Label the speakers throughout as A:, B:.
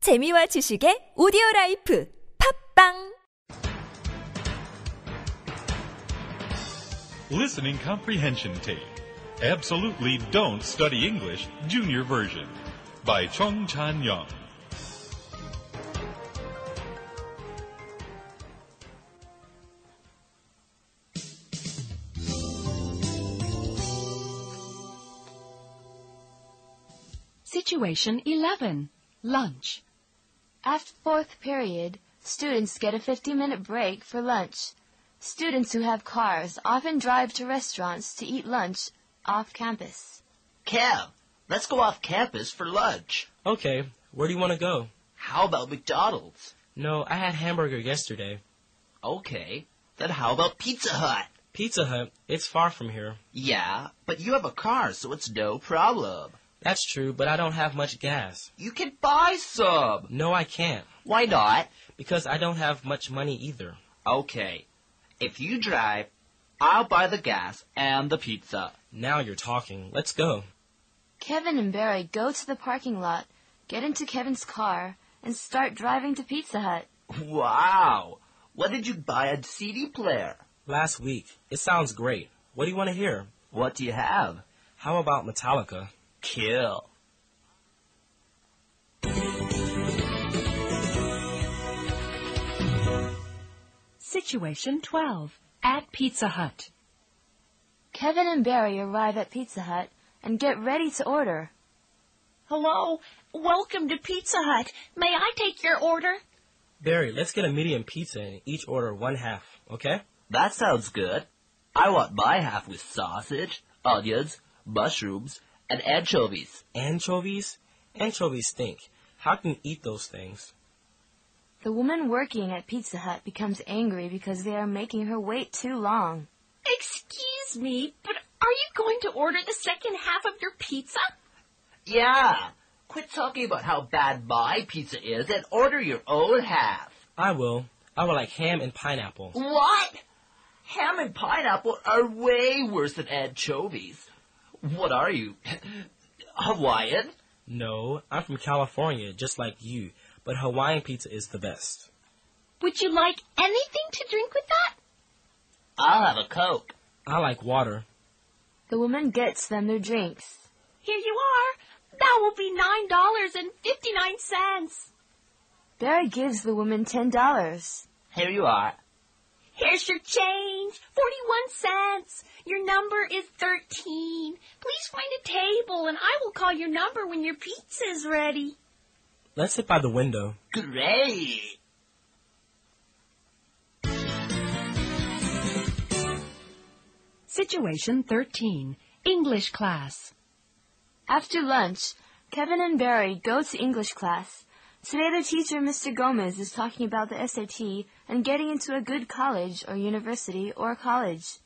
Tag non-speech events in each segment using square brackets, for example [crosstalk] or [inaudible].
A: 재미와 지식의 오디오 라이프 팝빵
B: Listening Comprehension Tape. Absolutely Don't Study English, Junior Version. By Chung Chan Young.
C: Situation 11. Lunch.
D: After fourth period, students get a 50-minute break for lunch. Students who have cars often drive to restaurants to eat lunch off campus.
E: Kev, let's go off campus for lunch.
F: Okay, where do you want to go?
E: How about McDonald's?
F: No, I had hamburger yesterday.
E: Okay, then how about Pizza Hut?
F: Pizza Hut, it's far from here.
E: Yeah, but you have a car, so it's no problem.
F: That's true, but I don't have much gas.
E: You can buy some.
F: No, I can't,
E: Why not?
F: because I don't have much money either.
E: Okay, if you drive, I'll buy the gas and the pizza.
F: Now you're talking. Let's go.
D: Kevin and Barry go to the parking lot, get into Kevin's car, and start driving to Pizza Hut.
E: Wow, what did you buy a CD player?
F: Last week. It sounds great. What do you want to hear?
E: What do you have?
F: How about Metallica?
E: Kill.
C: Situation 12. At Pizza Hut.
D: Kevin and Barry arrive at Pizza Hut and get ready to order.
G: Hello. Welcome to Pizza Hut. May I take your order?
F: Barry, let's get a medium pizza and each order one half, okay?
E: That sounds good. I want my half with sausage, onions, mushrooms, and anchovies.
F: Anchovies? Anchovies stink. How can you eat those things?
D: The woman working at Pizza Hut becomes angry because they are making her wait too long.
G: Excuse me, but are you going to order the second half of your pizza?
E: Yeah. Quit talking about how bad my pizza is and order your own half.
F: I will. I would like ham and pineapple.
E: What? Ham and pineapple are way worse than anchovies. What are you? [laughs] Hawaiian?
F: No, I'm from California, just like you, but Hawaiian pizza is the best.
G: Would you like anything to drink with that?
E: I'll have a Coke.
F: I like water.
D: The woman gets them their drinks.
G: Here you are. That will be nine dollars and fifty-nine cents.
D: Barry gives the woman ten dollars.
E: Here you are.
G: Here's your change. Forty-one cents. Your number is thirteen. Please find a table, and I will call your number when your pizza is ready.
F: Let's sit by the window.
E: Great.
C: Situation 13. English class.
D: After lunch, Kevin and Barry go to English class. Today the teacher, Mr. Gomez, is talking about the SAT and getting into a good college or university or college.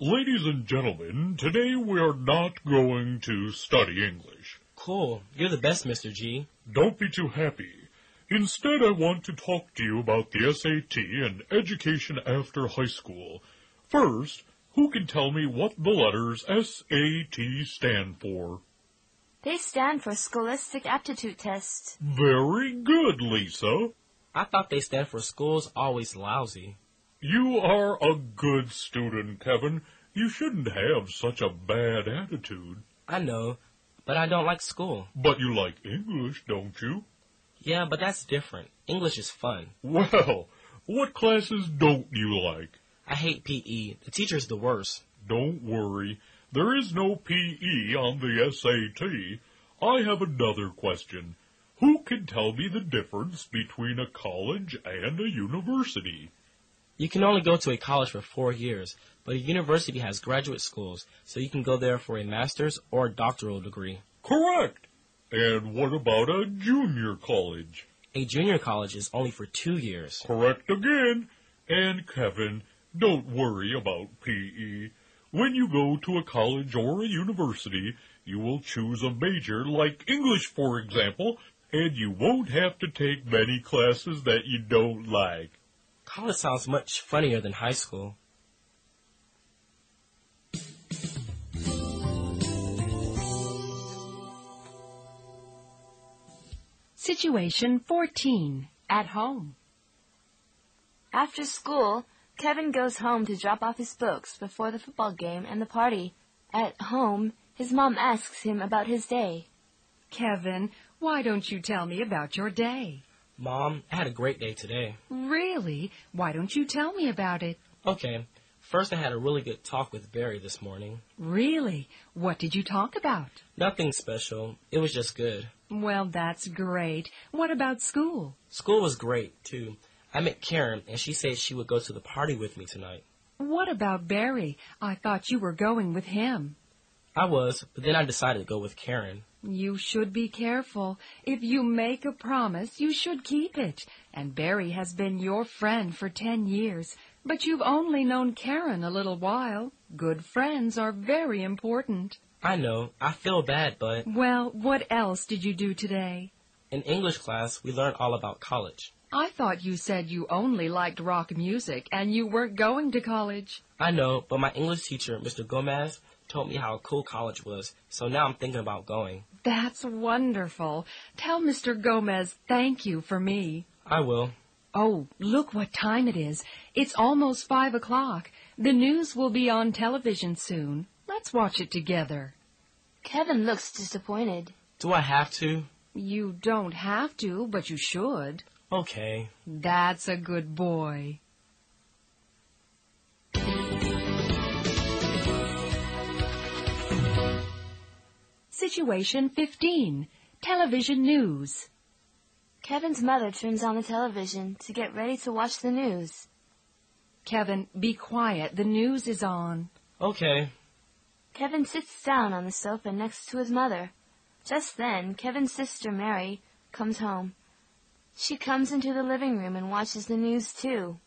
B: Ladies and gentlemen, today we are not going to study English.
F: Cool. You're the best, Mr. G.
B: Don't be too happy. Instead, I want to talk to you about the SAT and education after high school. First, who can tell me what the letters SAT stand for?
D: They stand for Scholastic Aptitude Test.
B: Very good, Lisa.
F: I thought they stand for school's always lousy.
B: You are a good student, Kevin. You shouldn't have such a bad attitude.
F: I know, but I don't like school.
B: But you like English, don't you? [laughs]
F: Yeah, but that's different. English is fun.
B: Well, what classes don't you like?
F: I hate PE. The teacher's the worst.
B: Don't worry. There is no PE on the SAT. I have another question. Who can tell me the difference between a college and a university?
F: You can only go to a college for four years, but a university has graduate schools, so you can go there for a master's or doctoral degree.
B: Correct. And what about a junior college?
F: A junior college is only for two years.
B: Correct again. And Kevin, don't worry about PE. When you go to a college or a university, you will choose a major like English, for example, and you won't have to take many classes that you don't like.
F: College sounds much funnier than high school.
C: Situation 14. At home.
D: After school, Kevin goes home to drop off his books before the football game and the party. At home, his mom asks him about his day.
C: Kevin, why don't you tell me about your day?
F: Mom, I had a great day today.
C: Really? Why don't you tell me about it?
F: Okay, first I had a really good talk with Barry this morning.
C: Really? What did you talk about?
F: Nothing special, it was just good.
C: Well, that's great. What about school?
F: School was great, too. I met Karen, and she said she would go to the party with me tonight.
C: What about Barry? I thought you were going with him.
F: I was, but then I decided to go with Karen.
C: You should be careful. If you make a promise, you should keep it. And Barry has been your friend for ten years, but you've only known Karen a little while. Good friends are very important.
F: I know, I feel bad, but
C: Well, what else did you do today?
F: in English class, we learned all about college.
C: I thought you said you only liked rock music and you weren't going to college.
F: I know, but my English teacher, Mr. Gomez, told me how cool college was, so now I'm thinking about going.
C: That's wonderful. Tell Mr. Gomez thank you for me.
F: I will.
C: Oh, look what time it is. It's almost five o'clock. The news will be on television soon. Let's watch it together.
D: Kevin looks disappointed.
F: Do I have to?
C: You don't have to, but you should.
F: Okay.
C: That's a good boy. Situation 15. Television news.
D: Kevin's mother turns on the television to get ready to watch the news.
C: Kevin, be quiet. The news is on.
F: Okay.
D: Kevin sits down on the sofa next to his mother. Just then, Kevin's sister Mary comes home. She comes into the living room and watches the news too.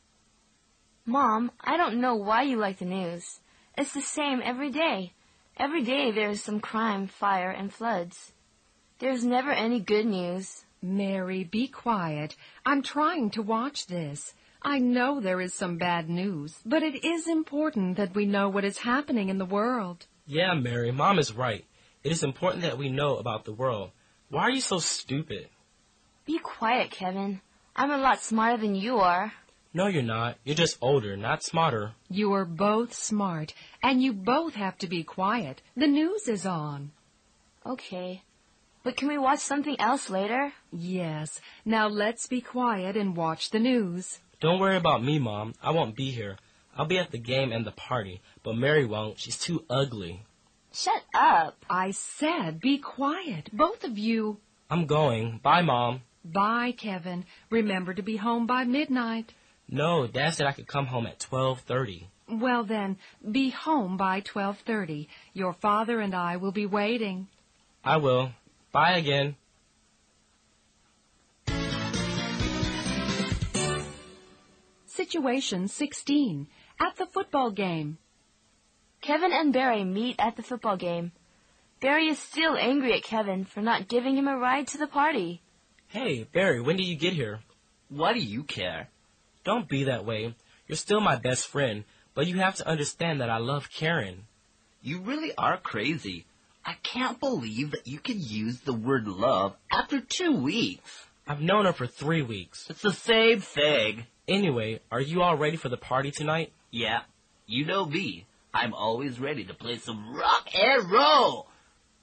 D: Mom, I don't know why you like the news. It's the same every day. Every day there is some crime, fire, and floods. There's never any good news.
C: Mary, be quiet. I'm trying to watch this. I know there is some bad news, but it is important that we know what is happening in the world.
F: Yeah, Mary, Mom is right. It is important that we know about the world. Why are you so stupid?
D: Be quiet, Kevin. I'm a lot smarter than you are.
F: No, you're not. You're just older, not smarter.
C: You are both smart, and you both have to be quiet. The news is on.
D: Okay. But can we watch something else later?
C: Yes. Now let's be quiet and watch the news.
F: Don't worry about me, Mom. I won't be here. I'll be at the game and the party, but Mary won't. She's too ugly.
D: Shut up.
C: I said be quiet, both of you.
F: I'm going. Bye, Mom.
C: Bye, Kevin. Remember to be home by midnight.
F: No, Dad said I could come home at 12:30.
C: Well then, be home by 12:30. Your father and I will be waiting.
F: I will. Bye again.
C: Situation 16. At the football game.
D: Kevin and Barry meet at the football game. Barry is still angry at Kevin for not giving him a ride to the party.
F: Hey, Barry, when did you get here?
E: Why do you care?
F: Don't be that way. You're still my best friend, but you have to understand that I love Karen.
E: You really are crazy. I can't believe that you can use the word love after two weeks.
F: I've known her for 3 weeks.
E: It's the same thing.
F: Anyway, are you all ready for the party tonight?
E: Yeah, you know me. I'm always ready to play some rock and roll.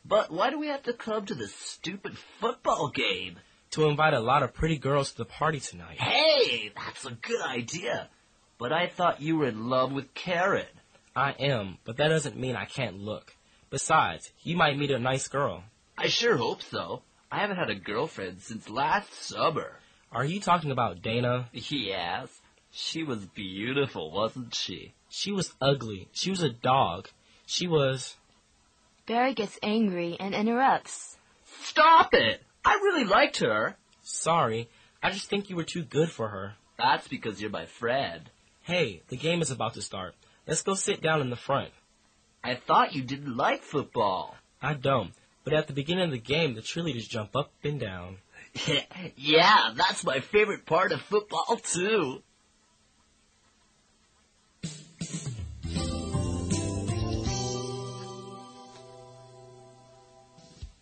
E: But why do we have to come to this stupid football game?
F: To invite a lot of pretty girls to the party tonight.
E: Hey, that's a good idea. But I thought you were in love with Karen.
F: I am, but that doesn't mean I can't look. Besides, you might meet a nice girl.
E: I sure hope so. I haven't had a girlfriend since last summer.
F: Are you talking about Dana?
E: Yes, she was beautiful, wasn't she?
F: She was ugly. She was a dog. She was.
D: Barry gets angry and interrupts.
E: Stop it! I really liked her.
F: Sorry, I just think you were too good for her.
E: That's because you're my friend.
F: Hey, the game is about to start. Let's go sit down in the front.
E: I thought you didn't like football. [laughs]
F: I don't, but at the beginning of the game, the cheerleaders jump up and down.
E: yeah, that's my favorite part of football, too.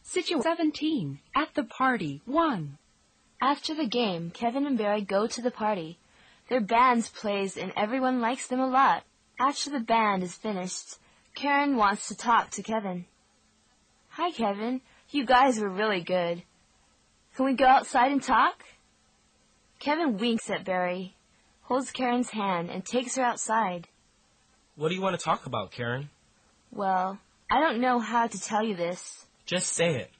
C: Situation 17. At the party. 1.
D: After the game, Kevin and Barry go to the party. Their band plays and everyone likes them a lot. After the band is finished, Karen wants to talk to Kevin. Hi, Kevin. You guys were really good. Can we go outside and talk? Kevin winks at Barry, holds Karen's hand, and takes her outside.
F: What do you want to talk about, Karen?
D: Well, I don't know how to tell you this,
F: Just say it.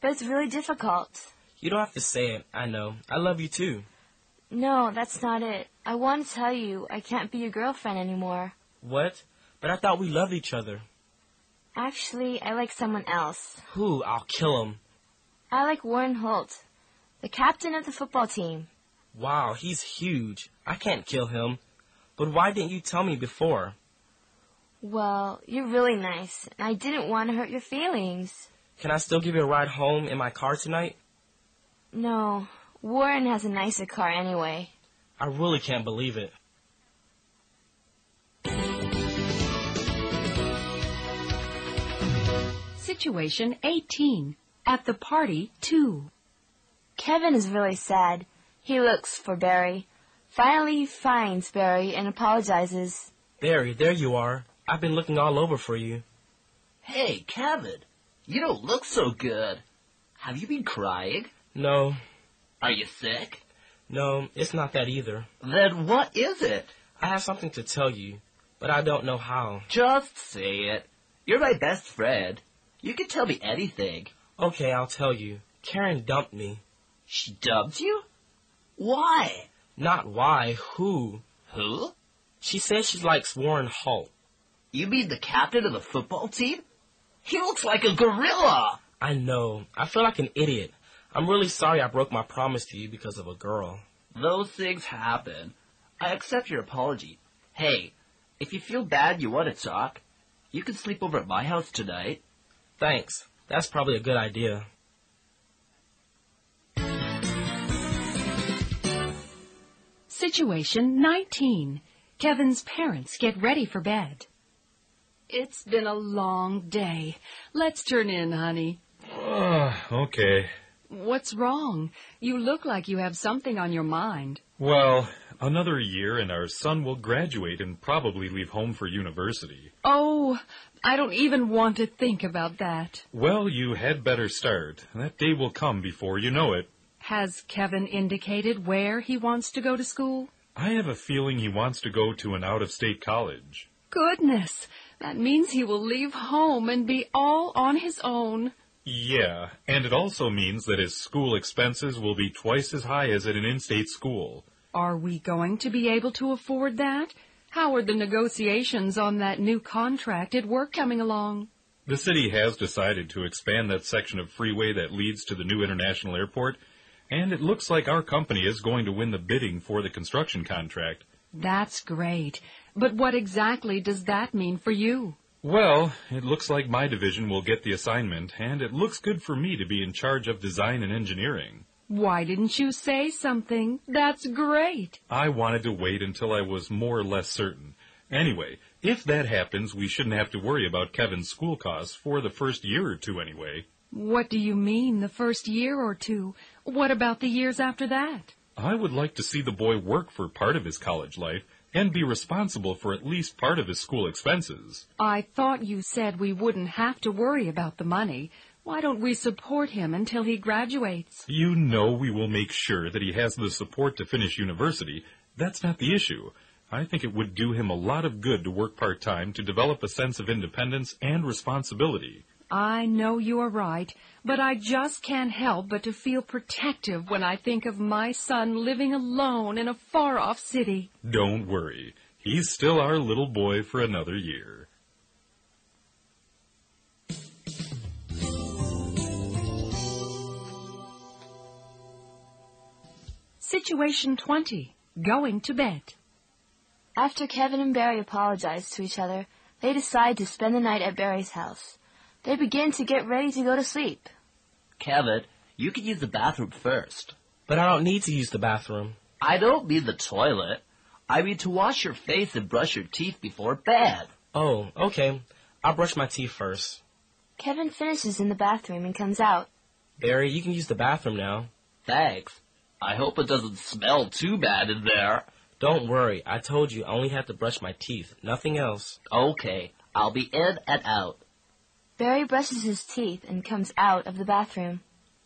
D: but it's really difficult.
F: You don't have to say it. I know. I love you too.
D: No, that's not it. I want to tell you I can't be your girlfriend anymore.
F: What? But I thought we loved each other.
D: Actually, I like someone else.
F: Who? I'll kill him.
D: I like Warren Holt, the captain of the football team.
F: Wow, he's huge. I can't kill him. But why didn't you tell me before?
D: Well, you're really nice, and I didn't want to hurt your feelings.
F: Can I still give you a ride home in my car tonight?
D: No, Warren has a nicer car anyway.
F: I really can't believe it.
C: Situation 18. At the party 2.
D: Kevin is really sad. He looks for Barry. Finally, he finds Barry and apologizes.
F: Barry, there you are. I've been looking all over for you.
E: Hey, Kevin, you don't look so good. Have you been crying?
F: No,
E: Are you sick?
F: no, it's not that either.
E: Then what is it?
F: I have something to tell you, but I don't know how.
E: Just say it. You're my best friend. You can tell me anything.
F: Okay, I'll tell you. Karen dumped me.
E: She dumped you? Why?
F: Not why, who.
E: Who?
F: She says she likes Warren Holt.
E: You mean the captain of the football team? He looks like a gorilla.
F: I know. I feel like an idiot. I'm really sorry I broke my promise to you because of a girl.
E: Those things happen. I accept your apology. Hey, if you feel bad you want to talk, you can sleep over at my house tonight.
F: Thanks. That's probably a good idea.
C: Situation 19. Kevin's parents get ready for bed. It's been a long day. Let's turn in, honey.
B: Ah, okay.
C: What's wrong? You look like you have something on your mind.
B: Well, another year and our son will graduate and probably leave home for university.
C: Oh, I don't even want to think about that.
B: Well, you had better start. That day will come before you know it.
C: Has Kevin indicated where he wants to go to school?
B: I have a feeling he wants to go to an out of state college.
C: Goodness, that means he will leave home and be all on his own.
B: Yeah, and it also means that his school expenses will be twice as high as at an in state school.
C: Are we going to be able to afford that? How are the negotiations on that new contract at work coming along?
B: The city has decided to expand that section of freeway that leads to the new international airport, and it looks like our company is going to win the bidding for the construction contract.
C: That's great. But what exactly does that mean for you?
B: Well, it looks like my division will get the assignment, and it looks good for me to be in charge of design and engineering.
C: Why didn't you say something? That's great.
B: I wanted to wait until I was more or less certain. Anyway, if that happens, we shouldn't have to worry about Kevin's school costs for the first year or two anyway.
C: What do you mean the first year or two? What about the years after that?
B: I would like to see the boy work for part of his college life and be responsible for at least part of his school expenses.
C: I thought you said we wouldn't have to worry about the money. Why don't we support him until he graduates?
B: You know we will make sure that he has the support to finish university. That's not the issue. I think it would do him a lot of good to work part time to develop a sense of independence and responsibility.
C: I know you are right, but I just can't help but to feel protective when I think of my son living alone in a far off city.
B: Don't worry. He's still our little boy for another year.
C: Situation 20. Going to bed.
D: After Kevin and Barry apologize to each other, they decide to spend the night at Barry's house. They begin to get ready to go to sleep.
E: Kevin, you can use the bathroom first.
F: But I don't need to use the bathroom.
E: I don't mean the toilet. I mean to wash your face and brush your teeth before bed.
F: Oh, okay. I'll brush my teeth first.
D: Kevin finishes in the bathroom and comes out.
F: Barry, you can use the bathroom now.
E: Thanks. I hope it doesn't smell too bad in there.
F: Don't worry, I told you I only have to brush my teeth, nothing else.
E: Okay, I'll be in and out.
D: Barry brushes his teeth and comes out of the bathroom.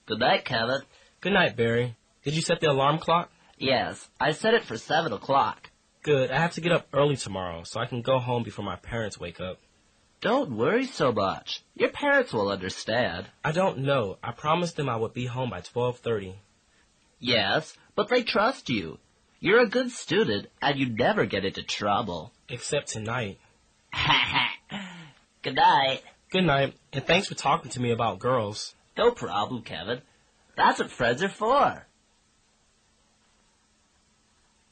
E: Good night, Kevin.
F: Good night, Barry. Did you set the alarm clock?
E: Yes, I set it for seven o'clock.
F: Good, I have to get up early tomorrow so I can go home before my parents wake up.
E: Don't worry so much. Your parents will understand.
F: I don't know. I promised them I would be home by 12:30.
E: Yes, but they trust you. You're a good student and you never get into trouble. [laughs]
F: Except tonight.
E: Ha ha. Good night.
F: Good night, and thanks for talking to me about girls.
E: No problem, Kevin. That's what friends are for.